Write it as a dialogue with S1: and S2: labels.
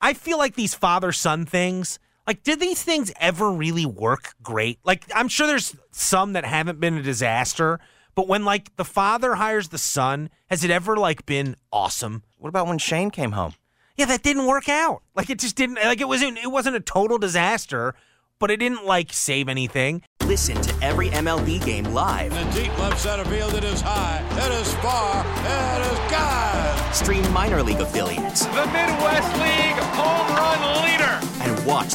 S1: I feel like these father son things, like, did these things ever really work great? Like, I'm sure there's some that haven't been a disaster, but when, like, the father hires the son, has it ever, like, been awesome?
S2: What about when Shane came home?
S1: Yeah, that didn't work out. Like, it just didn't, like, it wasn't, it wasn't a total disaster, but it didn't, like, save anything.
S3: Listen to every MLB game live.
S4: In the deep left center field, it is high, it is far, it is God.
S3: Stream minor league affiliates
S5: The Midwest League home run leader.
S3: and watch